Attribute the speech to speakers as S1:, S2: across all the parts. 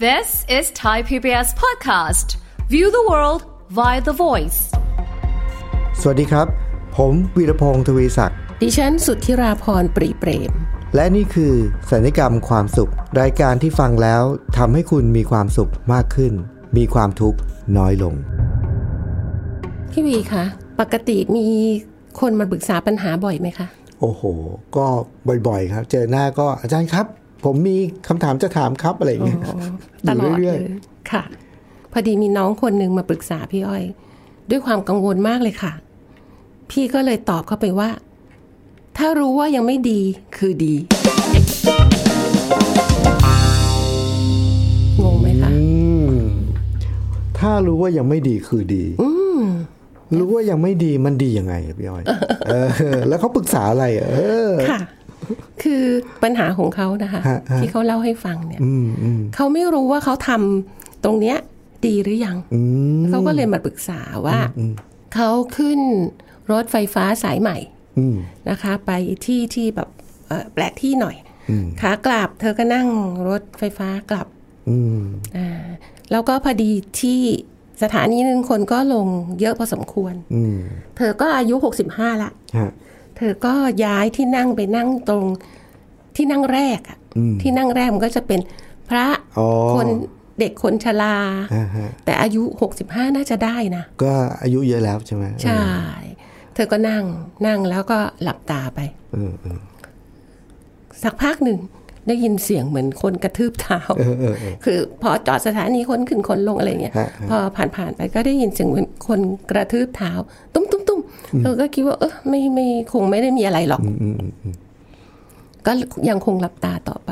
S1: This is Thai PBS podcast. View the world via the voice.
S2: สวัสดีครับ ผมวีรพงศ์ทวีศักดิ์
S3: ดิฉันสุทธิราพรปรีเปรม
S2: และนี่คือสัญญกรรมความสุข รายการที่ฟังแล้วทำให้คุณมีความสุขมากขึ้น มีความทุกข์น้อยลง
S3: พี่วีคะ ปกติมีคนมาปรึกษาปัญหาบ่อยไหมคะ
S2: โอ้โห ก็บ่อยๆ ครับ เจอหน้าก็อาจารย์ครับ ผมมีคำถามจะถามครับอะไรอย่างเงี้ยอ
S3: ต
S2: ยู่
S3: ลอด
S2: เรื่
S3: เล
S2: อย
S3: ยค่ะ พอดีมีน้องคนหนึ่งมาปรึกษาพี่อ้อย ด้วยความกังวลมากเลยค่ะ พี่ก็เลยตอบเข้าไปว่า ถ้ารู้ว่ายังไม่ดีคือดีงงไหมคะ
S2: ๆอืมถ้ารู้ว่ายังไม่ดีคือดีรู้ว่ายังไม่ดีมันดียังไงอะพี่อ้ อยเออ แล้วเขาปรึกษาอะไรอะเออ
S3: ค่ะ คือปัญหาของเขานะคะ
S2: ฮะฮะ
S3: ที่เขาเล่าให้ฟังเนี่ย
S2: อืมอืม
S3: เขาไม่รู้ว่าเขาทำตรงเนี้ยดีหรือยัง
S2: อืม
S3: เขาก็เลยมาปรึกษาว่า เขาขึ้นรถไฟฟ้าสายใหม่
S2: อืม
S3: นะคะ ไปที่ที่แบบเอ่อแปลกที่หน่อย ขากลับเธอก็นั่งรถไฟฟ้ากลับ
S2: อืม
S3: อ่าแล้วก็พอดีที่สถานีหนึ่งคนก็ลงเยอะพอสมควร
S2: อืม
S3: เธอก็อายุ 65 ละ
S2: ฮะ
S3: เธอก็ย้ายที่นั่งไปนั่งตรงที่นั่งแรกอะที่นั่งแรกมันก็จะเป็นพระ
S2: อ๋อ
S3: คนเด็กคนชรา
S2: อ่าฮะ
S3: แต่อายุ 65 น่าจะได้นะ
S2: ก็อายุเยอะแล้วใช่ไหม
S3: ใช่ เธอก็นั่งนั่งแล้วก็หลับตาไป
S2: เออเออ
S3: สักพักหนึ่งได้ยินเสียงเหมือนคนกระทืบเท้า
S2: เออเออเออ
S3: คือพอจอดสถานีคนขึ้นคนลงอะไรอย่างเงี้ย
S2: ฮะฮะ
S3: พอผ่านผ่านไปก็ได้ยินเสียงเหมือนคนกระทืบเท้า ตุ้มตุ้มตุ้มเธอก็คิดว่าเออไม่ไม่คงไม่ได้มีอะไรหรอก
S2: อืมอืมอืม
S3: ก็ยังคงหลับตาต่อไป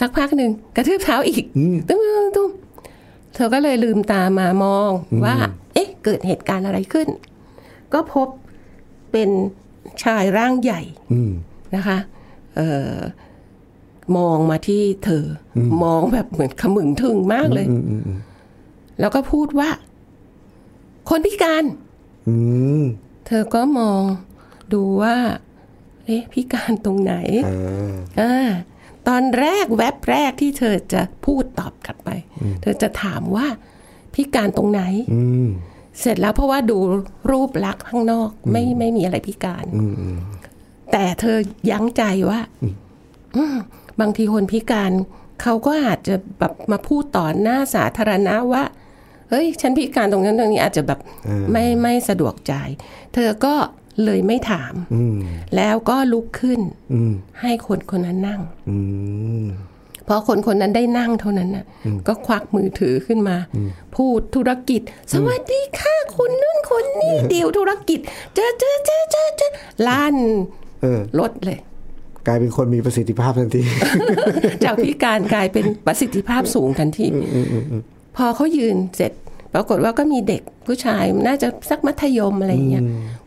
S3: สักพักหนึ่งกระทืบเท้าอีกตุ้มตุ้มตุ้มเธอก็เลยลืมตามามองว่า เอ๊ะ เกิดเหตุการณ์อะไรขึ้น ก็พบเป็นชายร่างใหญ่
S2: อืม
S3: นะคะเออมองมาที่เธออมองแบบเหมือนขมึงทึงมากเลย
S2: อืมอืมอืม
S3: แล้วก็พูดว่า คนพิการ
S2: อืม
S3: เธอก็มองดูว่า เอ๊ะ พิการตรงไหน
S2: เออ
S3: อ่าตอนแรกแวบแรกที่เธอจะพูดตอบกลับไป เธอจะถามว่าพิการตรงไหน
S2: อืม
S3: เสร็จแล้วเพราะว่าดูรูปลักษณ์ข้างนอกไม่ไม่มีอะไรพิการ
S2: อืมอืม
S3: แต่เธอยั้งใจว่าอืมบางทีคนพิการเขาก็อาจจะแบบมาพูดต่อหน้าสาธารณะว่า เฮ้ย ฉันพิการตรงนั้นตรงนี้อาจจะแบบไม่ไม่สะดวกใจ เธอก็เลยไม่ถาม
S2: อืม
S3: แล้วก็ลุกขึ้น
S2: อืม
S3: ให้คนคนนั้นนั่ง
S2: อืม
S3: พอคนคนนั้นได้นั่งเท่านั้นน่ะ ก็ควักมือถือขึ้นมา พูดธุรกิจ สวัสดีค่ะคุณนุ่นคนนี่เดียวธุรกิจเจ๊เจ๊เจ๊เจ๊เจ๊ลั่น
S2: เออ
S3: รถเลย
S2: กลายเป็นคนมีประสิทธิภาพทัน ที
S3: จากพิการกลายเป็นประสิทธิภาพสูงทันทีพอเขายืนเสร็จ ปรากฏว่าก็มีเด็กผู้ชายน่าจะสักมัธยมอะไรอย่างเงี้ย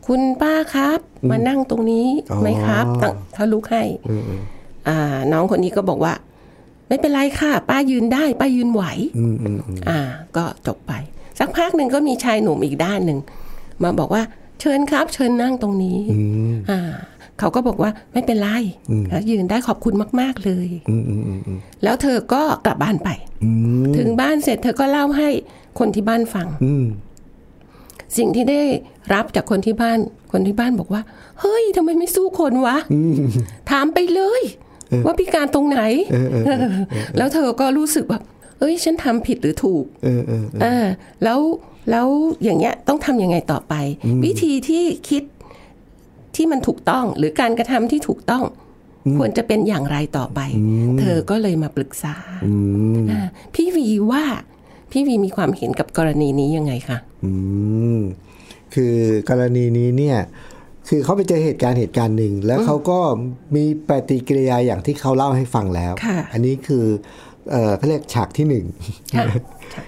S3: คุณป้าครับ มานั่งตรงนี้
S2: อ๋อ
S3: ไหมครับตั้งเขาลุกให้อ่า น้องคนนี้ก็บอกว่า ไม่เป็นไรค่ะ ป้ายืนได้ ป้ายืนไหว
S2: อืมอืมอืม
S3: อ่าก็จบไป สักพักหนึ่งก็มีชายหนุ่มอีกด้านหนึ่งมาบอกว่าเชิญครับ เชิญนั่งตรงนี้อ่า เขาก็บอกว่าไม่เป็นไรแล้วยืนได้ขอบคุณมาก ๆ เลย
S2: อืมอืมอืมอืม
S3: แล้วเธอก็กลับบ้านไป
S2: อืม
S3: ถึงบ้านเสร็จเธอก็เล่าให้คนที่บ้านฟัง
S2: อืม
S3: สิ่งที่ได้รับจากคนที่บ้าน คนที่บ้านบอกว่า เฮ้ยทำไมไม่สู้คนวะ ถามไปเลย ว่าพิการตรงไหน แล้วเธอก็รู้สึกแบบเอ้ย ฉันทำผิดหรือถูก
S2: เออเออเออ
S3: เออแล้วแล้วอย่างเงี้ยต้องทำยังไงต่อไป วิธีที่คิดที่มันถูกต้อง หรือการกระทำที่ถูกต้อง ควรจะเป็นอย่างไรต่อไป เธอก็เลยมาปรึกษา
S2: อืม
S3: อ่าพี่วีว่า พี่วีมีความเห็นกับกรณีนี้ยังไงคะ
S2: อืมคือกรณีนี้เนี่ย คือเขาไปเจอเหตุการณ์เหตุการณ์หนึ่งแล้วเขาก็มีปฏิกิริยาอย่างที่เขาเล่าให้ฟังแล้ว
S3: ค่ะ
S2: อันนี้คือเออเขาเรียกฉากที่หนึ่ง
S3: ค่ะ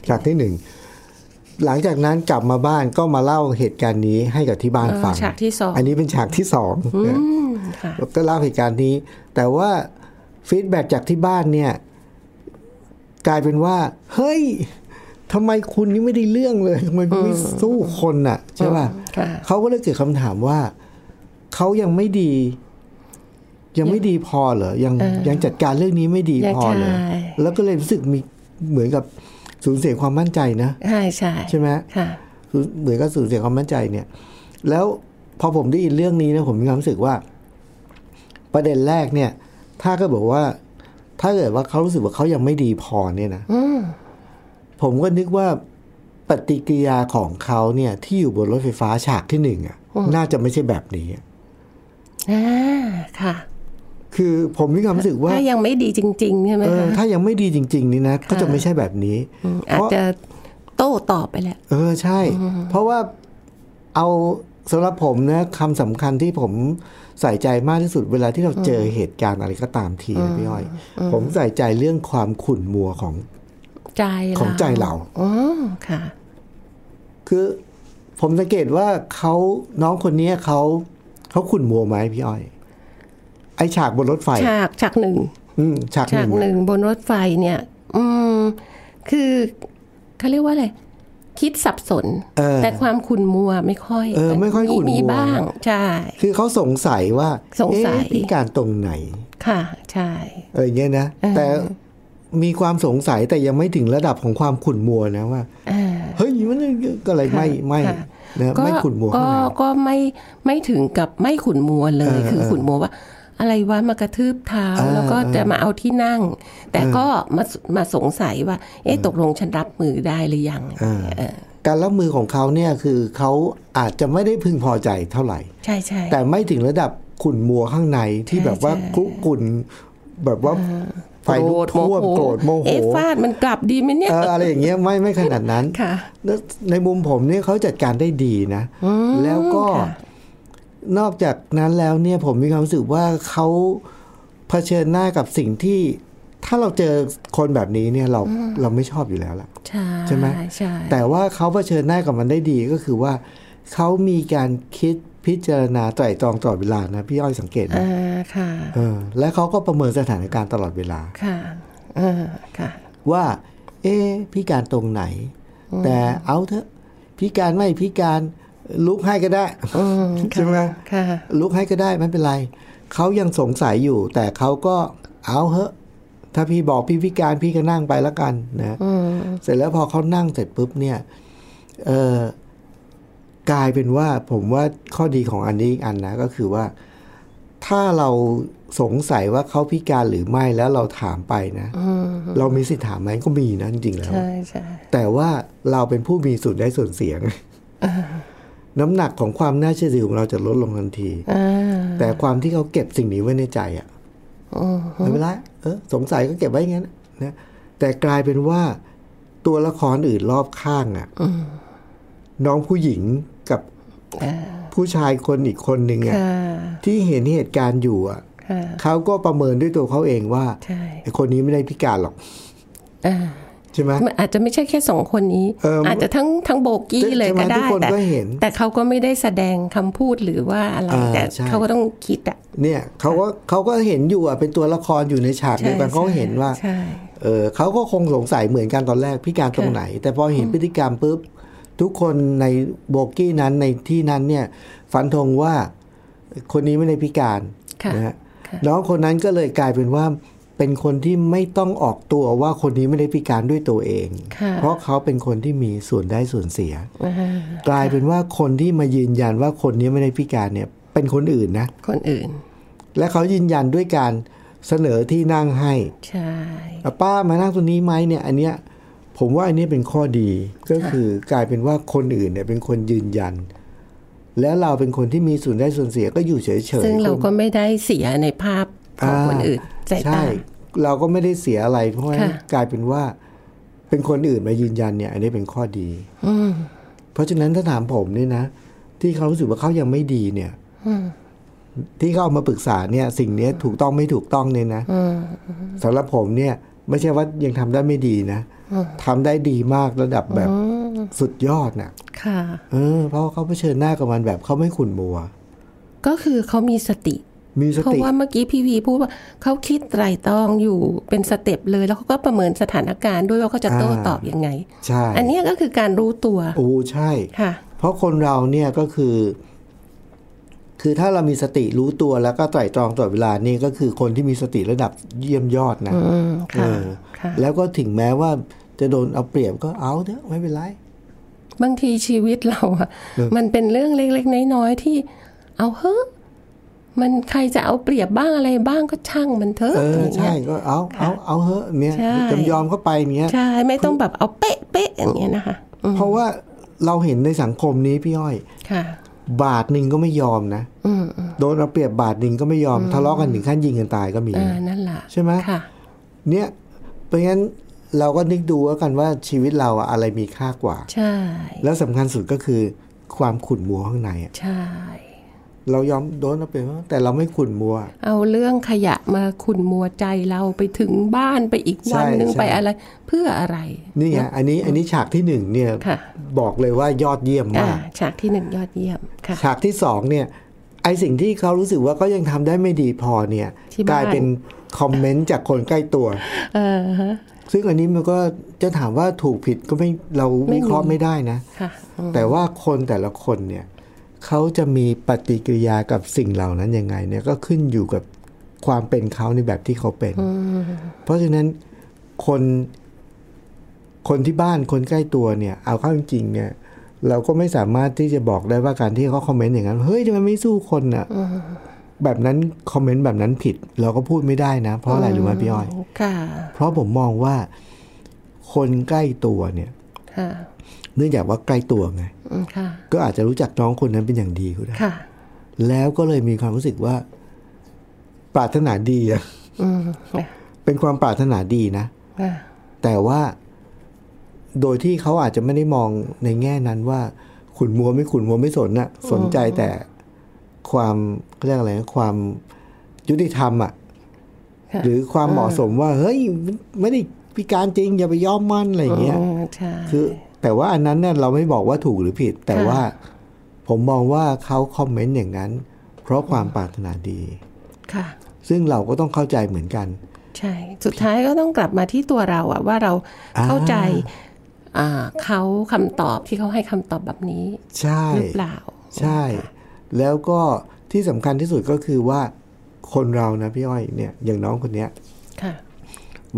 S2: ฉากที่หนึ่ง หลังจากนั้นกลับมาบ้านก็มาเล่าเหตุการณ์นี้ให้กับที่บ้าน
S3: เออ
S2: ฟัง
S3: ฉากที่สอง
S2: นนี้เป็นฉากที่สองนะ
S3: อืมค่ะ
S2: ก็เล่าเหตุการณ์นี้ แต่ว่าฟีดแบ็กจากที่บ้านเนี่ย กลายเป็นว่า เฮ้ยทำไมคุณนี่ไม่ได้เรื่องเลยทำไมคุณไม่สู้คนน่ะ ใช่ป่ะ
S3: ค่ะ
S2: เขาก็เลยเกิดคำถามว่า เขายังไม่ดี ยังไม่ดีพอเหรอยังยังจัดการเรื่องนี้ไม่ดี
S3: ยัง
S2: พอเหรอ
S3: ใช่
S2: แล้วก็เลยรู้สึกมีเหมือนกับสูญเสียความมั่นใจนะ
S3: ใช่ใช่
S2: ใช่ไหม
S3: ค่ะ
S2: คือเหมือนกับสูญเสียความมั่นใจเนี่ย แล้วพอผมได้ยินเรื่องนี้นะผมมีความรู้สึกว่า ประเด็นแรกเนี่ย ถ้าก็บอกว่า ถ้าเกิดว่าเขารู้สึกว่าเขายังไม่ดีพอเนี่ยนะผมก็นึกว่าปฏิกิริยาของเขาเนี่ย ที่อยู่บนรถไฟฟ้าฉากที่หนึ่งอะน่าจะไม่ใช่แบบนี้อะ
S3: อ่า ค่ะ
S2: คือผมมีความรู้สึกว่า
S3: ถ้ายังไม่ดีจริง ๆ ใช่ไหม
S2: เออ
S3: คะ
S2: ถ้ายังไม่ดีจริง ๆ นี่นะก็จะไม่ใช่แบบนี้
S3: ม
S2: เพ
S3: อาจ
S2: ราะ
S3: จะโต้ตอบไปแหละ
S2: เออใช่ เพราะว่าเอาสำหรับผมนะคำสำคัญที่ผมใส่ใจมากที่สุดเวลาที่เราเจอเหตุการณ์อะไรก็ตามทีนะพี่อ้อย ผมใส่ใจเรื่องความขุ่นมัวของ
S3: ใจ
S2: ของใจเรา
S3: อ๋อค่ะ
S2: คือผมสังเกตว่าเขาน้องคนเนี้ยเขาเขาขุ่นมัวไหมพี่อ้อย ไอฉากบนรถไฟ
S3: ฉากฉากหนึ่ง
S2: อืมฉากห
S3: ฉา
S2: นึ่
S3: ก
S2: ง
S3: หนึ่งบนรถไฟเนี่ย อืม คือเขาเรียกว่าอะไร คิดสับสน
S2: เออ
S3: แต่ความขุ่นมัวไม่ค่อย
S2: เออไม่ค่อยขุ่นมัว
S3: มีบ้าง ใช่
S2: คือเขาสงสัยว่า
S3: สงสัย
S2: เอ๊ะพิการตรงไหน
S3: ค่ะ ใช่
S2: อะไรอย่างเงี้ยนะ แต่มีความสงสัยแต่ยังไม่ถึงระดับของความขุ่นมัวนะว่าเฮ้ยมันก็อะไรไม่ไม่
S3: ค่ะ
S2: นะ
S3: ก็
S2: ไม่ขุ่นมัว
S3: ก็
S2: ข้างใน
S3: ก็ไม่ไม่ถึงกับไม่ขุนมัวเลย
S2: เออ
S3: คือ
S2: เออ
S3: ขุนมัวว่า อะไรวะมากระทืบเท้า
S2: เออ
S3: แล้วก็
S2: เออ
S3: จะมาเอาที่นั่ง แต่ก็มามาสงสัยว่า เอ๊ะตกลงฉันรับมือได้หรือยัง
S2: เออ
S3: เออ
S2: การรับมือของเขาเนี่ยคือเขาอาจจะไม่ได้พึงพอใจเท่าไหร่
S3: ใช่ใช่
S2: แต่ไม่ถึงระดับขุ่นมัวข้างในที่
S3: ใช่
S2: แบบว่า
S3: ใช่
S2: คลุกกุ่นแบบว่าไฟลุก
S3: โ
S2: ท่วมโกรธโมโห
S3: เอ๊ะฟาดมันกลับดีไหมเนี่ย
S2: เอออะไรอย่างเงี้ยไม่ไม่ขนาดนั้น
S3: ค่ะ
S2: แล้วในมุมผมเนี่ยเขาจัดการได้ดีนะ แล้วก็
S3: ค่ะ
S2: นอกจากนั้นแล้วเนี่ยผมมีความรู้สึกว่าเขาเผชิญหน้ากับสิ่งที่ ถ้าเราเจอคนแบบนี้เนี่ยเราเราไม่ชอบอยู่แล้วล่ะ
S3: ใช่
S2: ใช่ไหม
S3: ใช่
S2: แต่ว่าเขาเผชิญหน้ากับมันได้ดีก็คือว่าเขามีการคิดพิจารณาไตร่ตรองตลอดเวลานะพี่อ้อยสังเกตไหม
S3: อ่าค่ะ
S2: เออ และเขาก็ประเมินสถานการณ์ตลอดเวลา
S3: ค่ะเออค่ะ
S2: ว่า เอ๊ะพิการตรงไหน แต่เอาเถอะพิการไม่พิการลุกให้ก็ได้ใช่ไหม
S3: ค่ะ
S2: ลุกให้ก็ได้ไม่เป็นไรเขายังสงสัยอยู่ แต่เขาก็เอาเถอะถ้าพี่บอกพี่พิการพี่ก็นั่งไปละกันนะเสร็จแล้วพอเขานั่งเสร็จปุ๊บเนี่ย เออกลายเป็นว่าผมว่าข้อดีของอันนี้อีกอันนะก็คือว่า ถ้าเราสงสัยว่าเขาพิการหรือไม่แล้วเราถามไปนะเรามีสิทธิ์ถามไหมก็มีนะจริงๆแล้ว
S3: ใช่ใช่
S2: แต่ว่าเราเป็นผู้มีส่วนได้ส่วนเสียง น้ำหนักของความน่าเชื่อถือของเราจะลดลงทันที
S3: อ่า
S2: แต่ความที่เขาเก็บสิ่งนี้ไว้ในใจอะไม่เป็นไรเออสงสัยก็เก็บไว้อย่างนั้นนะแต่กลายเป็นว่าตัวละครอื่นรอบข้างอะน้องผู้หญิงกับผู้ชายคนอีกคนหนึ่งอะ
S3: ค่ะ
S2: ที่เห็นเหตุการณ์อยู่อะ
S3: ค่ะ
S2: เขาก็ประเมินด้วยตัวเขาเองว่า
S3: ใช่
S2: ไอคนนี้ไม่ได้พิการหรอก
S3: อ่า
S2: ใช่ไหม
S3: มันอาจจะไม่ใช่แค่สองคนนี้
S2: เอออ
S3: อาจจะทั้งทั้งโบกี้เลย
S2: ใช่ไหม
S3: ก็ได้
S2: ทุกคน
S3: แต่
S2: ก็เห็น
S3: แต่เขาก็ไม่ได้แสดงคำพูดหรือว่าอะไร
S2: อ่า
S3: แต่
S2: ใช่
S3: เขาก็ต้องคิดอ่ะ
S2: เนี่ยเขาก็เขาก็เห็นอยู่อ่ะเป็นตัวละครอยู่ในฉากเดียวกันเขาเห็นว่า
S3: ใช่
S2: เออเขาก็คงสงสัยเหมือนกันตอนแรกพิการตรงไหน แต่พอเห็นพฤติกรรมปุ๊บ ทุกคนในโบกี้นั้นในที่นั้นเนี่ย ฟันธงว่าคนนี้ไม่ได้พิการ
S3: ค่ะ
S2: นะฮะ
S3: ค่ะ
S2: น้องคนนั้นก็เลยกลายเป็นว่าเป็นคนที่ไม่ต้องออกตัวว่าคนนี้ไม่ได้พิการด้วยตัวเอง
S3: ค่ะ
S2: เพราะเขาเป็นคนที่มีส่วนได้ส่วนเสีย
S3: อ่าก
S2: ลายเป็นว่าคนที่มายืนยันว่าคนนี้ไม่ได้พิการเนี่ย เป็นคนอื่นนะ
S3: คนอื่น
S2: และเขายืนยันด้วยการเสนอที่นั่งให้
S3: ใช่
S2: อ่ะป้ามานั่งตรงนี้ไหมเนี่ย อันเนี้ยผมว่าอันเนี้ยเป็นข้อดีก็คือกลายเป็นว่าคนอื่นเนี่ยเป็นคนยืนยัน แล้วเราเป็นคนที่มีส่วนได้ส่วนเสียก็อยู่เฉยๆ
S3: ซึ่งเรา
S2: คน
S3: ก็ไม่ได้เสียในภาพของคนอื่นสาย
S2: ใช่
S3: ตา
S2: เราก็ไม่ได้เสียอะไร เพราะว่า
S3: ค่ะ
S2: กลายเป็นว่าเป็นคนอื่นมายืนยันเนี่ย อันนี้เป็นข้อดี
S3: อืม
S2: เพราะฉะนั้นถ้าถามผมเนี่ยนะที่เขารู้สึกว่าเขายังไม่ดีเนี่ยที่เขาเอามาปรึกษาเนี่ย สิ่งเนี้ยถูกต้องไม่ถูกต้องเนี่ยนะสำหรับผมเนี่ย ไม่ใช่ว่ายังทำได้ไม่ดีนะทำได้ดีมากระดับแบบสุดยอดน่ะ
S3: ค่ะ
S2: เออ เพราะว่าเขาเผชิญหน้ากับมันแบบเขาไม่ขุ่นมัว
S3: ก็คือเขามีสติ
S2: มีส
S3: เพราะ
S2: ติ
S3: ว่าเมื่อกี้พี่วีพูดว่าเขาคิดไตรตรองอยู่เป็นสเต็ปเลย แล้วเขาก็ประเมินสถานการณ์ด้วยว่าเขาจะโต้
S2: อ่า
S3: ตอบยังไง
S2: ใช่
S3: อันเนี้ยก็คือการรู้ตัว
S2: โอ้ใช่
S3: ค่ะ
S2: เพราะคนเราเนี่ยก็คือ คือถ้าเรามีสติรู้ตัวแล้วก็ไตร่ตรองตลอดเวลานี่ก็คือคนที่มีสติระดับเยี่ยมยอดนะ
S3: อืม
S2: เอ
S3: ค่ะ
S2: อ
S3: ค่ะ
S2: แล้วก็ถึงแม้ว่าจะโดนเอาเปรียบก็เอาเถอะไม่เป็นไร
S3: บางทีชีวิตเราอะมันเป็นเรื่องเล็กๆ น้อยๆที่ เอาเฮ้มันใครจะเอาเปรียบบ้างอะไรบ้างก็ช่างมันเถอะ
S2: เออ
S3: ย่างเงี้
S2: ใช่
S3: ย
S2: ก็เอาเอาเอาเถอะเนี่ย
S3: ใช่
S2: จำยอมก็ไปเนี้ย
S3: ใช่ไม่ต้องแบบเอาเป๊ะเป๊ะอย่างเงี้ยนะคะอืม
S2: เพราะว่าเราเห็นในสังคมนี้พี่อ้อย
S3: ค่ะ
S2: บาทหนึ่งก็ไม่ยอมนะโดนเอาเปรียบบาทหนึ่งก็ไม่ยอมทะเลาะกันถึงขั้นยิงกันตายก็มี
S3: อ่านั่นแหละ
S2: ใช่ไหม
S3: ค่ะ
S2: เนี่ยเพราะงั้นเราก็นึกดูแล้วกันว่าชีวิตเราอะอะไรมีค่ากว่า
S3: ใช่
S2: แล้วสำคัญสุดก็คือความขุ่นมัวข้างในอะ
S3: ใช่
S2: เรายอมโดนเอาเปรียบแต่เราไม่ขุ่นมัว
S3: เอาเรื่องขยะมาขุนมัวใจเราไปถึงบ้านไปอีกวันหนึ่ง
S2: ใช่ใช่
S3: ไปอะไร เพื่ออะไร
S2: นี่ไงอันนี้อันนี้ฉากที่หนึ่งเนี่ย
S3: ค่ะ
S2: บอกเลยว่ายอดเยี่ยม
S3: อ่าม
S2: าก
S3: ฉากที่หนึ่งยอดเยี่ยมค่ะ
S2: ฉากที่สองเนี่ยไอสิ่งที่เขารู้สึกว่าก็ยังทำได้ไม่ดีพอเนี่ย
S3: ที่
S2: ก
S3: บ้าน
S2: ลายเป็นคอมเมนต์จากคนใกล้ตัว
S3: เออฮะ
S2: ซึ่งอันนี้มันก็จะถามว่าถูกผิดก็ไม่เราวิเคราะห์ไม่ได้นะ
S3: ค่ะอืม
S2: แต่ว่าคนแต่ละคนเนี่ยเขาจะมีปฏิกิริยากับสิ่งเหล่านั้นยังไงเนี่ยก็ขึ้นอยู่กับความเป็นเขาในแบบที่เขาเป็น เพราะฉะนั้นคนคนที่บ้านคนใกล้ตัวเนี่ย เอาเข้าจริงๆเนี่ย เราก็ไม่สามารถที่จะบอกได้ว่าการที่เขาคอมเมนต์อย่างนั้นเฮ้ยทำไมไม่สู้คนอ่ะแบบนั้นคอมเมนต์แบบนั้นผิด เราก็พูดไม่ได้นะ เพราะอะไรหรือไหมพี่อ้อย
S3: ค่ะ
S2: เพราะผมมองว่าคนใกล้ตัวเนี่ย
S3: ค่ะ
S2: เนื่องจากว่าใกล้ตัวไง
S3: อืมค่ะ
S2: ก็อาจจะรู้จักน้องคนนั้นเป็นอย่างดีก็ได้
S3: ค่ะ
S2: แล้วก็เลยมีความรู้สึกว่า ปรารถนาดีอะ
S3: อืมค่ะ
S2: เป็นความปรารถนาดีนะ
S3: ค่ะ
S2: แต่ว่าโดยที่เขาอาจจะไม่ได้มองในแง่นั้นว่า ขุนมัวไม่ขุนมัวไม่สนน่ะ สนใจแต่ความเขาเรียกอะไรนะความยุติธรรมอ่ะ
S3: ค่ะ
S2: หรือความเหมาะสมว่า เฮ้ยมันไม่ได้พิการจริง อย่าไปยอมมันอะไรอย่างเงี้ย
S3: อืมใช่
S2: คือแต่ว่าอันนั้นเนี่ยเราไม่บอกว่าถูกหรือผิด แต่ว่าผมมองว่าเขาคอมเมนต์อย่างนั้น เพราะความปรารถนาดี
S3: ค่ะ
S2: ซึ่งเราก็ต้องเข้าใจเหมือนกัน
S3: ใช่ สุดท้ายก็ต้องกลับมาที่ตัวเราอะว่าเรา
S2: อ่า
S3: เข้าใจอ่าเขาคำตอบที่เขาให้คำตอบแบบนี้
S2: ใช่
S3: หรือเปล่า
S2: ใช่ แล้วก็ที่สำคัญที่สุดก็คือว่าคนเรานะพี่อ้อยเนี่ยอย่างน้องคนเนี้ย
S3: ค่ะ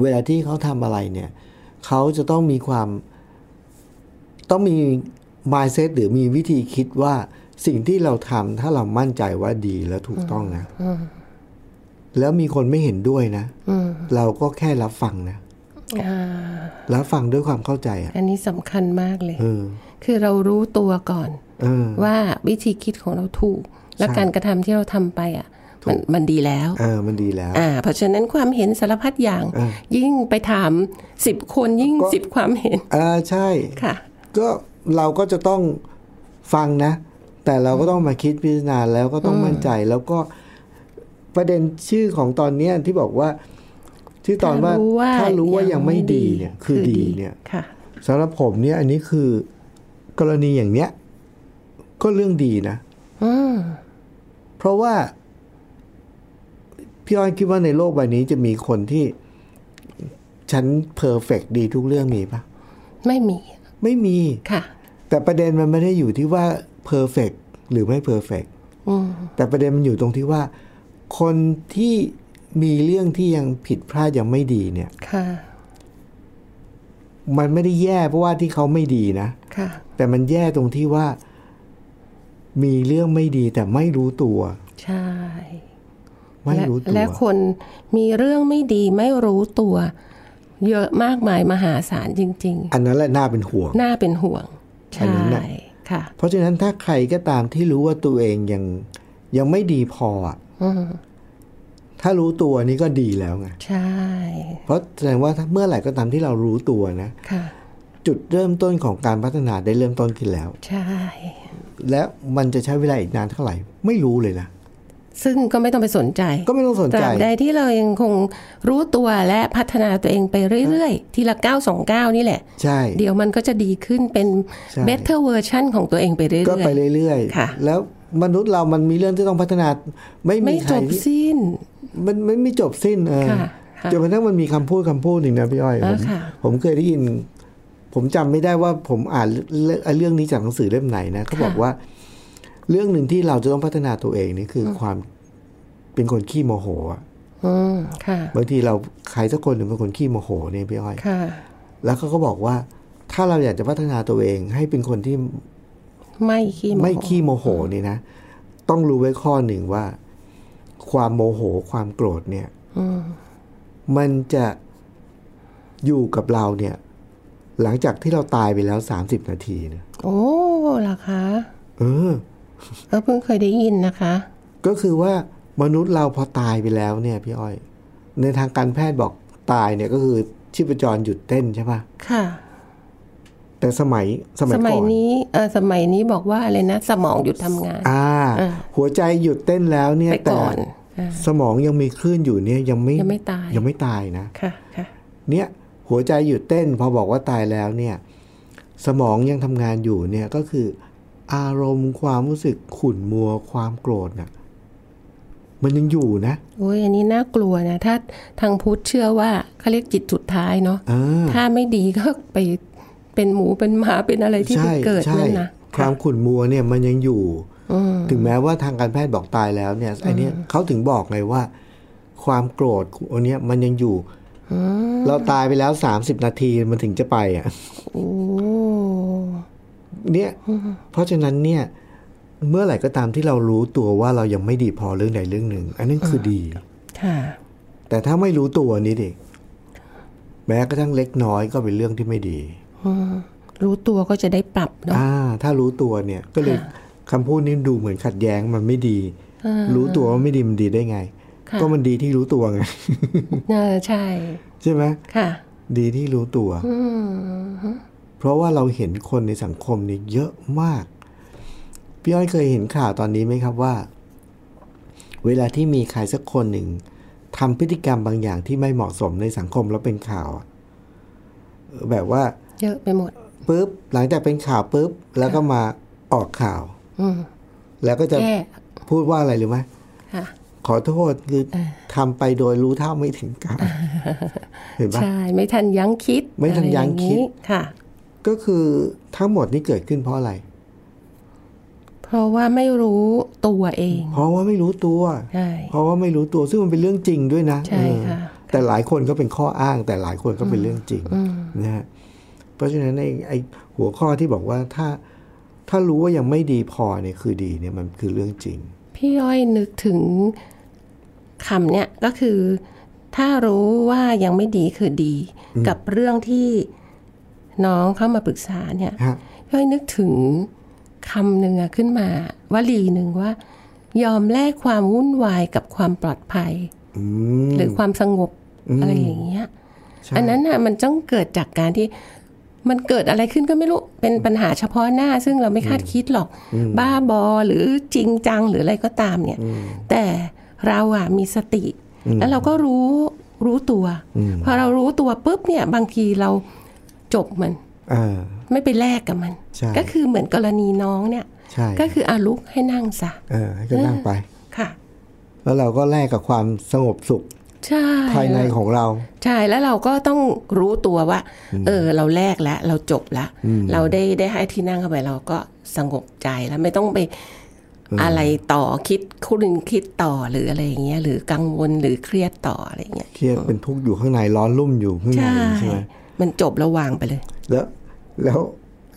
S2: เวลาที่เขาทำอะไรเนี่ย เขาจะต้องมีความ ต้องมี mindset หรือมีวิธีคิดว่าสิ่งที่เราทำถ้าเรามั่นใจว่าดีและถูกต้องนะแล้วมีคนไม่เห็นด้วยนะเราก็แค่รับฟังนะ
S3: อ่า
S2: รับฟังด้วยความเข้าใจอ่ะ
S3: อันนี้สำคัญมากเลย
S2: เออ
S3: คือเรารู้ตัวก่อน
S2: เออ
S3: ว่าวิธีคิดของเราถูก และการกระทำที่เราทำไปอ่ะ มันมันดีแล้ว
S2: เออ มันดีแล้ว
S3: อ่า เพราะฉะนั้นความเห็นสารพัดอย่าง
S2: เออ
S3: ยิ่งไปถามสิบคนยิ่ง
S2: ก็
S3: สิบความเห็น
S2: เออใช่
S3: ค่ะ
S2: ก็เราก็จะต้องฟังนะ แต่เราก็ต้องมาคิดพิจารณาแล้วก็ต้องมั่นใจแล้วก็ประเด็นชื่อของตอนเนี้ยที่บอกว่าที่ตอนว่าถ้ารู้ว่ายังไม่ดีเนี่ย คือดีเนี่ย
S3: ค่ะ
S2: สำหรับผมเนี่ย อันนี้คือกรณีอย่างเนี้ย ก็เรื่องดีนะ
S3: อืม
S2: เพราะว่าพี่อ้อยคิดว่าในโลกใบนี้จะมีคนที่ ฉันเพอร์เฟกดีทุกเรื่องมีปะ
S3: ไม่มี
S2: ไม่มี
S3: ค่ะ
S2: แต่ประเด็นมันไม่ได้อยู่ที่ว่า perfect หรือไม่ perfect
S3: อืม
S2: แต่ประเด็นมันอยู่ตรงที่ว่า คนที่มีเรื่องที่ยังผิดพลาดยังไม่ดีเนี่ย
S3: ค่ะ
S2: มันไม่ได้แย่เพราะว่าที่เขาไม่ดีนะ
S3: ค่ะ
S2: แต่มันแย่ตรงที่ว่า มีเรื่องไม่ดีแต่ไม่รู้ตัว
S3: ใช่
S2: ไม่
S3: และ
S2: รู้ตัว
S3: และคนมีเรื่องไม่ดีไม่รู้ตัว เยอะมากมายมหาศาลจริง ๆ
S2: อันนั้นแหละน่าเป็นห่วง
S3: น่าเป็นห่วง ใช่
S2: อันนั้นน่ะ
S3: ค่ะ
S2: เพราะฉะนั้นถ้าใครก็ตามที่รู้ว่าตัวเองยังยังไม่ดีพออะ
S3: อืม
S2: ถ้ารู้ตัวนี่ก็ดีแล้วไง
S3: ใช่
S2: เพราะแสดงว่าถ้าเมื่อไหร่ก็ตามที่เรารู้ตัวนะ
S3: ค่ะ
S2: จุดเริ่มต้นของการพัฒนาได้เริ่มต้นขึ้นแล้ว
S3: ใช่
S2: และมันจะใช้เวลาอีกนานเท่าไหร่ ไม่รู้เลยนะ
S3: ซึ่งก็ไม่ต้องไปสนใจ
S2: ก็ไม่ต้องสน
S3: ต
S2: ใจ
S3: ราบใดที่เรายังคงรู้ตัวและพัฒนาตัวเองไปเรื่อยๆ ทีละ9 2 9 นี่แหละ
S2: ใช่
S3: เดี๋ยวมันก็จะดีขึ้นเป็น
S2: ใช่
S3: better version ของตัวเองไปเรื่อยๆ
S2: ก็ไปเรื่อย
S3: ค่ะ
S2: แล้วมนุษย์เรามันมีเรื่องที่ต้องพัฒนา ไม่มี
S3: ไม่
S2: ใค
S3: จ
S2: ร
S3: บ
S2: ที่
S3: สิ้น
S2: มันมันไม่จบสิ้นเออ
S3: ค่ะค่ะ
S2: จนกระทั่งมันมีคำพูดคำพูดหนึ่งนะพี่อ้อยผ
S3: เออ
S2: ม
S3: ค่ะ
S2: ผมเคยได้ยิน ผมจำไม่ได้ว่าผมอ่านเรื่องเรื่องนี้จากหนังสือเล่มไหนนะเขาบอกว่า เรื่องหนึ่งที่เราจะต้องพัฒนาตัวเองนี่คืออความเป็นคนขี้โมโหอะ
S3: อืมค่ะ
S2: บางทีเราใครสักคนหนึ่งเป็นคนขี้โมโหเนี่ยพี่อ้อย
S3: ค่ะ
S2: แล้วเขาก็บอกว่า ถ้าเราอยากจะพัฒนาตัวเอง ให้เป็นคนที่
S3: ไม่ขี้โโห
S2: ไม่ขี้โมโหนี่นะ ต้องรู้ไว้ข้อหนึ่งว่า ความโมโหความโกรธเนี่ยมันจะอยู่กับเราเนี่ย หลังจากที่เราตายไปแล้วสามสิบนาทีเนี่ย
S3: โอ้เหรอคะ
S2: เออ
S3: ก็เพิ่งเคยได้ยินนะคะ
S2: ก็คือว่ามนุษย์เราพอตายไปแล้วเนี่ย พี่อ้อย ในทางการแพทย์บอกตายเนี่ยก็คือชีพจรหยุดเต้นใช่ปะ
S3: ค่ะ
S2: แต่สมัยสมั
S3: ส
S2: ย
S3: มัย
S2: ก่อน
S3: นี้เออสมัยนี้บอกว่าอะไรนะ สมองหยุดทำงาน
S2: อ่า
S3: อ่า
S2: หัวใจหยุดเต้นแล้วเนี่ย
S3: ไป
S2: แต่
S3: ก่อนอ่า
S2: สมองยังมีคลื่นอยู่เนี่ยยังไม่
S3: ยังไม่ตาย
S2: ยังไม่ตายนะ
S3: ค่ะค่ะ
S2: เนี่ยหัวใจหยุดเต้น พอบอกว่าตายแล้วเนี่ย สมองยังทำงานอยู่เนี่ยก็คือ อารมณ์ความรู้สึกขุ่นมัวความโกรธน่ะมันยังอยู่นะ
S3: โอ้ยอันนี้น่ากลัวนะ ถ้าทางพุทธเชื่อว่าเขาเรียกจิตสุดท้ายเนาะ
S2: อ่า
S3: ถ้าไม่ดีก็ไปเป็นหมูเป็นหมาเป็นอะไรที่ไปเกิดนั่นนะ
S2: ความขุ่นมัวเนี่ยมันยังอยู่ ถึงแม้ว่าทางการแพทย์บอกตายแล้วเนี่ยไอเนี้ยเขาถึงบอกไงว่า ความโกรธอันเนี้ยมันยังอยู่ เราตายไปแล้วสามสิบนาทีมันถึงจะไปอ่ะ
S3: โอ้
S2: เนี่ย เพราะฉะนั้นเนี่ย เมื่อไหร่ก็ตามที่เรารู้ตัวว่าเรายังไม่ดีพอเรื่องใดเรื่องหนึ่ง อันนั้นคือดี
S3: ค่ะ
S2: แต่ถ้าไม่รู้ตัวนี่ดิแม้กระทั่งเล็กน้อยก็เป็นเรื่องที่ไม่ดี
S3: รู้ตัวก็จะได้ปรับเนาะ
S2: อ่า ถ้ารู้ตัวเนี่ยก็เลยคำพูดนี้ดูเหมือนขัดแย้งมันไม่ดี รู้ตัวว่าไม่ดีมันดีได้ไง
S3: ค่ะ
S2: ก็มันดีที่รู้ตัวไง
S3: เออใช่
S2: ใช่ไหม
S3: ค่ะ
S2: ดีที่รู้ตัว
S3: อืม
S2: เพราะว่าเราเห็นคนในสังคมเนี่ยเยอะมาก พี่อ้อยเคยเห็นข่าวตอนนี้ไหมครับว่า เวลาที่มีใครสักคนหนึ่งทำพฤติกรรมบางอย่างที่ไม่เหมาะสมในสังคมแล้วเป็นข่าวอะเออแบบว่า
S3: เยอะไปหมด
S2: ปุ๊บหลังจากเป็นข่าวปุ๊บแล้วก็มาออกข่าว
S3: อืม
S2: แล้วก็จะ
S3: แก้
S2: พูดว่าอะไรหรือไหม
S3: ค่ะ
S2: ขอโทษคือทำไปโดยรู้เท่าไม่ถึงการเห็นปะ
S3: ใช่ ไม่ทันยั้งคิด
S2: ไม่ทันยั้งคิด
S3: อะไรอานี้ค่ะ
S2: ก็คือทั้งหมดนี้เกิดขึ้นเพราะอะไร
S3: เพราะว่าไม่รู้ตัวเอง
S2: เพราะว่าไม่รู้ตัว
S3: ใช่
S2: เพราะว่าไม่รู้ตัวซึ่งมันเป็นเรื่องจริงด้วยนะ
S3: ใช่ค่ะ
S2: เออแต่หลายคนก็เป็นข้ออ้าง แต่หลายคนก็เป็นเรื่องจริงนะฮะเพราะฉะนั้นไอ้ไอ้หัวข้อที่บอกว่าถ้าถ้ารู้ว่ายังไม่ดีพอเนี่ยคือดีเนี่ยมันคือเรื่องจริง
S3: พี่อ้อยนึกถึงคำเนี่ยก็คือ ถ้ารู้ว่ายังไม่ดีคือดี กับเรื่องที่น้องเข้ามาปรึกษาเนี่ย
S2: ฮะ
S3: พี่อ้อยนึกถึงคำหนึ่งอะขึ้นมา ว่าลีหนึ่งว่า ยอมแลกความวุ่นวายกับความปลอดภัย
S2: อืม
S3: หรือความสงบ
S2: อืม
S3: อะไรอย่างเงี้ย
S2: ใช่
S3: อันนั้นน่ะมันต้องเกิดจากการที่มันเกิดอะไรขึ้นก็ไม่รู้ เป็นปัญหาเฉพาะหน้า ซึ่งเราไม่คาดคิดหรอก บ้าบอหรือจริงจังหรืออะไรก็ตามเนี่ย แต่เราอะมีสติ แล้วเราก็รู้รู้ตัวพอเรารู้ตัวปุ๊บเนี่ยบางทีเราจบมัน
S2: อ่า
S3: ไม่ไปแลกกับมัน
S2: ใช่
S3: ก็คือเหมือนกรณีน้องเนี่ย
S2: ใช่
S3: ก็คืออาลุกให้นั่งซะ
S2: เออให้ก็นั่งไป
S3: ค่ะ
S2: แล้วเราก็แลกกับความสงบสุข
S3: ใช่
S2: ภายในของเรา
S3: ใช่แล้วเราก็ต้องรู้ตัวว่า เออ เราแลกแล้วเราจบแล้วเราได้ได้ให้ที่นั่งเข้าไปเราก็สงบใจแล้วไม่ต้องไปอะไรต่อคิดคุณคิดต่อหรืออะไรอย่างเงี้ย หรือกังวลหรือเครียดต่ออะไรอย่างเงี้ย
S2: เครียดเป็นทุกข์อยู่ข้างในร้อนรุ่มอยู่ข้างใน
S3: ใช่
S2: ใช่ไหม
S3: มันจบแล้ววางไปเลย
S2: แล้วแล้ว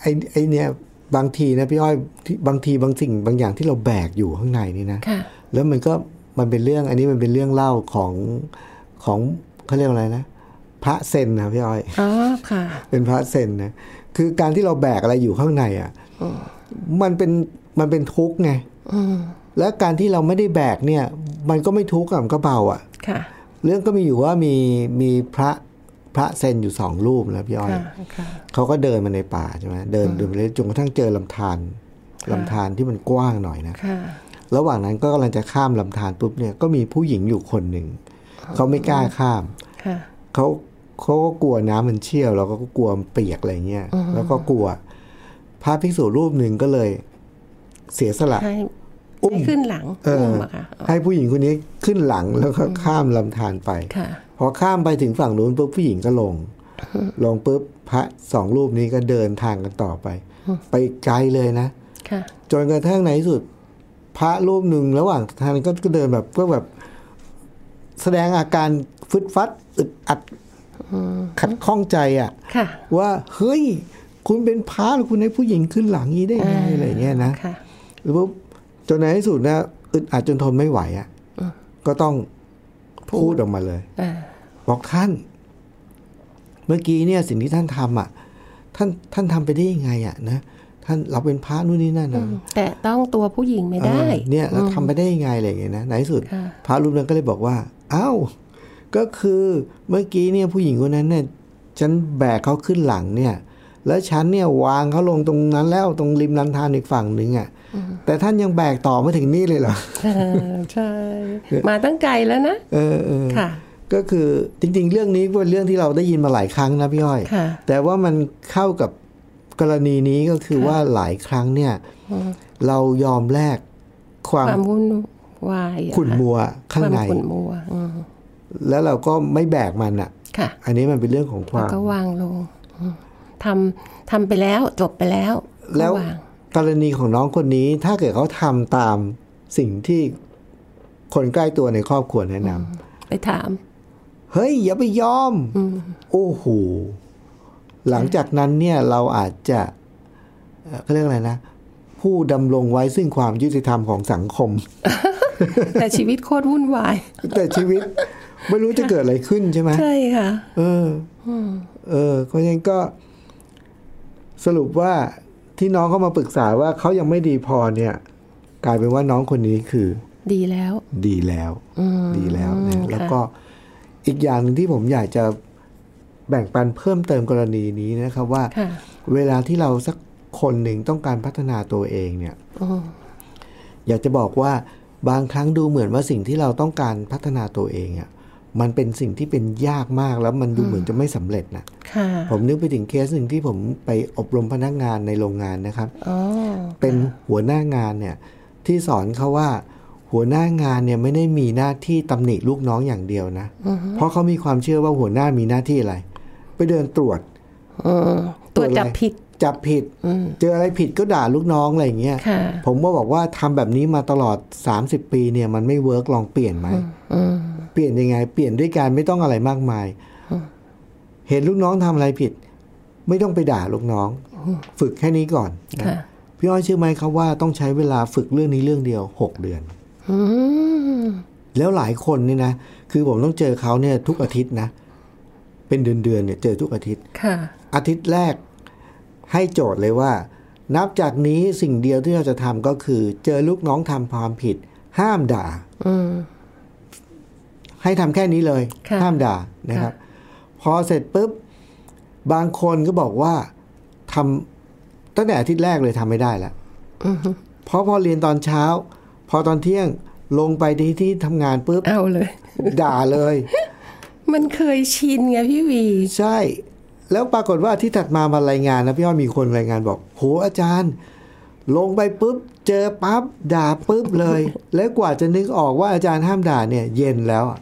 S2: ไอ้ไอ้เนี่ยบางทีนะพี่อ้อยที่บางทีบางสิ่งบางอย่างที่เราแบกอยู่ข้างในนี่นะ
S3: ค่ะ
S2: แล้วมันก็มันเป็นเรื่องอันนี้มันเป็นเรื่องเล่าของของเขาเรียกอะไรนะพระเซนนะพี่อ้อย
S3: อ๋อค่ะ
S2: เป็นพระเซนนะคือการที่เราแบกอะไรอยู่ข้างในอ่ะมันเป็นมันเป็นทุกข์ไงและการที่เราไม่ได้แบกเนี่ย มันก็ไม่ทุกข์อะมันก็เบาอ่ะ
S3: ค่ะ
S2: เรื่องก็มีอยู่ว่ามีมีพระพระเซนอยู่สองรูปนะพี่อ้อย
S3: ค่ะค่ะ
S2: เขาก็เดินมาในป่าใช่ไหมเดินเดินไปเรื่อยจนกระทั่งเจอลำธารลำธารที่มันกว้างหน่อยนะ
S3: ค่ะ
S2: ระหว่างนั้นก็กำลังจะข้ามลำธารปุ๊บเนี่ยก็มีผู้หญิงอยู่คนหนึ่งเขาไม่กล้าข้าม
S3: ค่ะ
S2: เขาเขาก็กลัวน้ำมันเชี่ยวแล้วก็กลัวมันเปียกอะไรเงี้ยแล้วก็กลัว พระภิกษุรูปหนึ่งก็เลย เสียสละ
S3: ให้
S2: อุ้ม
S3: ให้ขึ้นหลัง
S2: เออ
S3: มอะค่ะอ๋อ
S2: ให้ผู้หญิงคนนี้ขึ้นหลังแล้วก็ข้ามลำธารไป
S3: ค่ะ
S2: พอข้ามไปถึงฝั่งนู้นปุ๊บผู้หญิงก็ลง ลงปุ๊บพระสองรูปนี้ก็เดินทางกันต่อไป ไปไกลเลยนะ
S3: ค่ะ
S2: จนกระทั่งในที่สุด พระรูปหนึ่งระหว่างทางก็ก็เดินแบบก็แบบ แสดงอาการฟึดฟัดอึดอัดขัดข้องใจอ่ะ
S3: ค่ะ
S2: ว่าเฮ้ย คุณเป็นพระหรือคุณให้ผู้หญิงขึ้นหลังนี้ได้ไงอะไรเงี้ยนะ
S3: ค่ะ
S2: หรือว่าจนในที่สุดนะอึดอัดจนทนไม่ไหวอะ่ะก็ต้องพูดออกมาเลย
S3: อ่า
S2: บอกท่าน เมื่อกี้เนี่ย สิ่งที่ท่านทำอ่ะ ท่านท่านทำไปได้ยังไงอ่ะนะท่านเราเป็นพระนู่นนี่นั่นนะ
S3: แต่ต้องตัวผู้หญิงไม่
S2: เอ
S3: ได้
S2: อเนี่ยเราทำไปได้ยังไงอะไรอย่างเงี้ยนะในที่สุด
S3: ค่ะ
S2: พระรูปนั้นก็เลยบอกว่าอ้าวก็คือเมื่อกี้เนี่ยผู้หญิงคนนั้นเนี่ย ฉันแบกเขาขึ้นหลังเนี่ย แล้วฉันเนี่ยวางเขาลงตรงนั้นแล้วตรงริมลำธารอีกฝั่งหนึ่งอะ่ะ แต่ท่านยังแบกต่อมาถึงนี่เลยเหรอ
S3: เออใช่ มาตั้งไกลแล้วนะ
S2: เออเออ
S3: ค่ะ
S2: ก็คือจริง ๆ เรื่องนี้เป็นเรื่องที่เราได้ยินมาหลายครั้งนะพี่อ้อย
S3: ค่ะ
S2: แต่ว่ามันเข้ากับกรณีนี้ก็คือว่าหลายครั้งเนี่ย เรายอมแลกความ
S3: ความวุ่นวายอะ
S2: ขุ่นมัวข้างใน
S3: ความขุ่นมัวอืม
S2: แล้วเราก็ไม่แบกมันอ่ะ
S3: ค่ะ
S2: อันนี้มันเป็นเรื่องของค
S3: แล้ว
S2: วาม
S3: ก็วางลงอืมทำทำไปแล้วจบไปแล้ว
S2: แล้ว
S3: ก็วาง
S2: กรณีของน้องคนนี้ถ้าเกิดเขาทำตามสิ่งที่คนใกล้ตัวในครอบครัวแนะนำ
S3: ไปถาม
S2: เฮ้ย อย่าไปยอมโอ้โหหลังจากนั้นเนี่ยเราอาจจะเอ่อเขาเรียกอะไรนะ ผู้ดำรงไว้ซึ่งความยุติธรรมของสังคม
S3: แต่ชีวิตโคตรวุ่นวาย
S2: แต่ชีวิตไม่รู้จะเกิดอะไรขึ้นใช่ไหม
S3: ใช่ค่ะ
S2: เอออเออเพราะฉะนั้นก็สรุปว่าที่น้องเขามาปรึกษาว่าเขายังไม่ดีพอเนี่ย กลายเป็นว่าน้องคนนี้คือ
S3: ดีแล้ว
S2: ดีแล้วดีแล้วนะแล้วก็อีกอย่างหนึ่งที่ผมอยากจะแบ่งปันเพิ่มเติมกรณีนี้นะครับว่า
S3: ค่ะ
S2: เวลาที่เราสักคนหนึ่งต้องการพัฒนาตัวเองเนี่ย
S3: อืม
S2: อยากจะบอกว่าบางครั้งดูเหมือนว่าสิ่งที่เราต้องการพัฒนาตัวเองอะ่ะมันเป็นสิ่งที่เป็นยากมากแล้วมันดูเหมือนจะไม่สำเร็จนะ
S3: ค่ะ
S2: ผมนึกไปถึงเคสหนึ่งที่ผมไปอบรมพนักงานในโรงงานนะครับ
S3: อ๋อ
S2: เป็นหัวหน้างานเนี่ย ที่สอนเขาว่า หัวหน้างานเนี่ยไม่ได้มีหน้าที่ตำหนิลูกน้องอย่างเดียวนะ เพราะเขามีความเชื่อว่าหัวหน้ามีหน้าที่อะไร ไปเดินตรวจ
S3: อืมตรวจจั
S2: อะ
S3: บ
S2: ไร
S3: ผิด
S2: จับผิด เจออะไรผิดก็ด่าลูกน้องอะไรอย่างเงี้ย
S3: ค่ะ
S2: ผมก็บอกว่าทำแบบนี้มาตลอด 30 ปีเนี่ยมันไม่เวิร์กลองเปลี่ยนไหม
S3: อืม
S2: เปลี่ยนยังไง เปลี่ยนด้วยการไม่ต้องอะไรมากมาย เห็นลูกน้องทำอะไรผิด ไม่ต้องไปด่าลูกน้อง ฝึกแค่นี้ก่อนนะ
S3: ค่ะ
S2: พี่อ้อยเชื่อไหมครับว่าต้องใช้เวลาฝึกเรื่องนี้เรื่องเดียวหกเดือน
S3: อืม
S2: แล้วหลายคนเนี่ยนะ คือผมต้องเจอเขาเนี่ย ทุกอาทิตย์นะ เป็นเดือนเดือนๆเนี่ยเจอทุกอาทิตย์
S3: ค่ะ
S2: อาทิตย์แรกให้โจทย์เลยว่า นับจากนี้สิ่งเดียวที่เราจะทำก็คือ เจอลูกน้องทำความผิด ห้ามด่า
S3: อืม
S2: ให้ทำแค่นี้เลย
S3: ค่ะ
S2: ห้ามด่านะครับ พอเสร็จปุ๊บ บางคนก็บอกว่าทำตั้งแต่อาทิตย์แรกเลยทำไม่ได้ละเพราะพอเรียนตอนเช้า พอตอนเที่ยงลงไปที่ที่ทำงานปุ๊บ
S3: เอาเลย
S2: ด่าเลย
S3: มันเคยชินไงพี่วี
S2: ใช่ แล้วปรากฏว่าอาที่ถัดมามารายงานนะพี่อ้อยมีคนรายงานบอกโหอาจารย์ ลงไปปุ๊บ เจอปั๊บด่าปุ๊บเลย แล้วกว่าจะนึกออกว่าอาจารย์ห้ามด่าเนี่ย เย็นแล้วอะ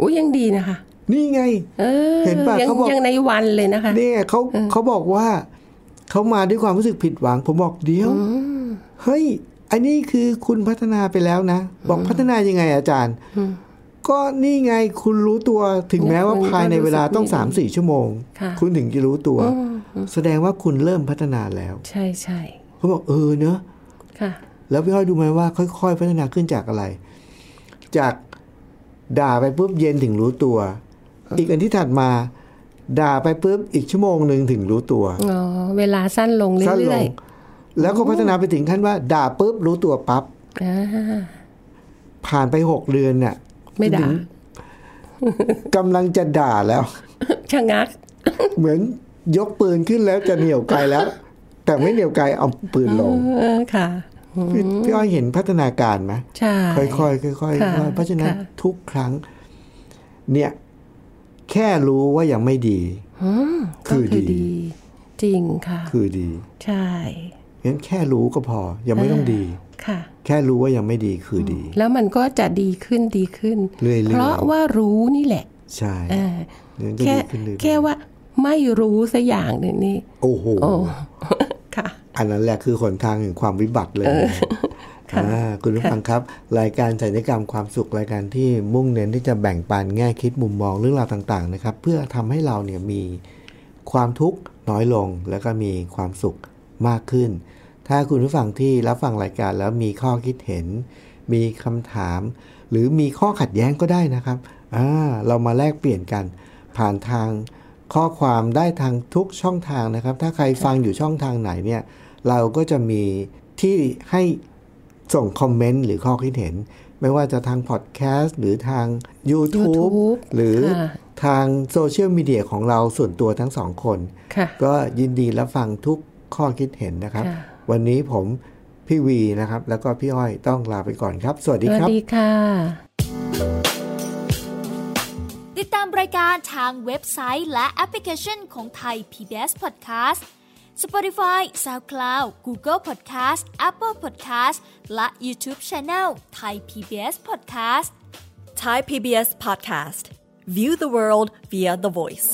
S3: อุ้ยยังดีนะคะ
S2: นี่ไง
S3: เออ
S2: เห็นป่ะ
S3: ยัง
S2: เขาบอก
S3: ยังในวันเลยนะคะ
S2: เนี่ยเขาเขาบอกว่าเขามาด้วยความรู้สึกผิดหวัง ผมบอกเดี๋ยวเฮ้ยอันนี้คือคุณพัฒนาไปแล้วนะ บอกพัฒนายังไงอาจารย์ ก็นี่ไงคุณรู้ตัวถึงแม้ว่า
S3: คุณก็
S2: ภายในเวลาต้อง
S3: รู้สึก
S2: สามสี่ชั่วโมง
S3: ค่ะ
S2: คุณถึงจะรู้ตัว แสดงว่าคุณเริ่มพัฒนาแล้ว
S3: ใช่ใช่
S2: เขาบอกเออเนอะ
S3: ค่ะ
S2: แล้วพี่อ้อยดูไหมว่าค่อย ๆ พัฒนาขึ้นจากอะไร จากด่าไปปุ๊บเย็นถึงรู้ตัว อีกอันที่ถัดมา ด่าไปปุ๊บอีกชั่วโมงหนึ่งถึงรู้ตัว
S3: อ๋อ เวลาสั้นลง
S2: สั้นล
S3: เรื่อย
S2: งแล้วก็พัฒนาไปถึงขั้นว่า ด่าปุ๊บรู้ตัวปั๊บ
S3: ๆอ่า
S2: ผ่านไปหกเดือนน่ะ
S3: ไม่ด่า
S2: ถึงกำลังจะด่าแล้ว
S3: ชะงัก
S2: เหมือนยกปืนขึ้นแล้วจะเหนี่ยวไกลแล้ว แต่ไม่เหนี่ยวไกลเอาปืนลง
S3: เออค่ะ
S2: พี่พี่อ้อยเห็นพัฒนาการไหม
S3: ใช่
S2: ค่อยๆค่อยๆค่อย
S3: ค่ะ
S2: ๆเพราะฉะนั้น
S3: ค่ะ
S2: ทุกครั้ง เนี่ย แค่รู้ว่ายังไม่ดี
S3: อืมก็
S2: คือดี
S3: จริงค่ะ
S2: คือดี
S3: ใช่
S2: งั้นแค่รู้ก็พอ ยังไม่ต้องดี
S3: ค่ะ
S2: แค่รู้ว่ายังไม่ดีคือดี
S3: แล้วมันก็จะดีขึ้นดีขึ้น
S2: เรื่อยๆ
S3: เพราะว่ารู้นี่แหละ
S2: ใช่
S3: เออ
S2: เนี่ยจะ
S3: แค่
S2: ดีขึ้นเรื่อยๆ
S3: แค่ว่าไม่รู้สักอย่างหนึ่งนี่
S2: โอ้โห
S3: โอ้ ค่ะ
S2: อันนั้นแหละคือหนทางแห่งความวิบัติเลย
S3: ค่ะ
S2: อ่าคุณผู้ฟังครับ รายการศัลยกรรมความสุขรายการที่มุ่งเน้นที่จะแบ่งปันแง่คิดมุมมองเรื่องราวต่าง ๆ นะครับ เพื่อทำให้เราเนี่ยมีความทุกข์น้อยลง แล้วก็มีความสุขมากขึ้น ถ้าคุณผู้ฟังที่รับฟังรายการแล้วมีข้อคิดเห็น มีคำถาม หรือมีข้อขัดแย้งก็ได้นะครับอ่าเรามาแลกเปลี่ยนกัน ผ่านทางข้อความได้ทางทุกช่องทางนะครับ ถ้าใครฟังอยู่ช่องทางไหนเนี่ยเราก็จะมีที่ให้ ส่งคอมเมนต์หรือข้อคิดเห็น ไม่ว่าจะทางพอดแคสต์หรือทาง YouTube,
S3: YouTube
S2: หรือ
S3: ค่ะ
S2: ทางโซเชียลมีเดียของเราส่วนตัวทั้งสองคน
S3: ค่ะ
S2: ก็ยินดีรับฟังทุกข้อคิดเห็นนะครับ
S3: ค่ะ
S2: วันนี้ผมพี่วีนะครับ แล้วก็พี่อ้อยต้องลาไปก่อนครับ สวัส
S3: ส
S2: ดี
S3: วัส
S2: ครับ
S3: ดีค่ะ
S4: ติดตามรายการทางเว็บไซต์และแอปพลิเคชันของไทย PBS Podcast Spotify SoundCloud Google Podcast Apple Podcast และ YouTube Channel Thai PBS Podcast
S5: Thai PBS podcast. View the world via the voice.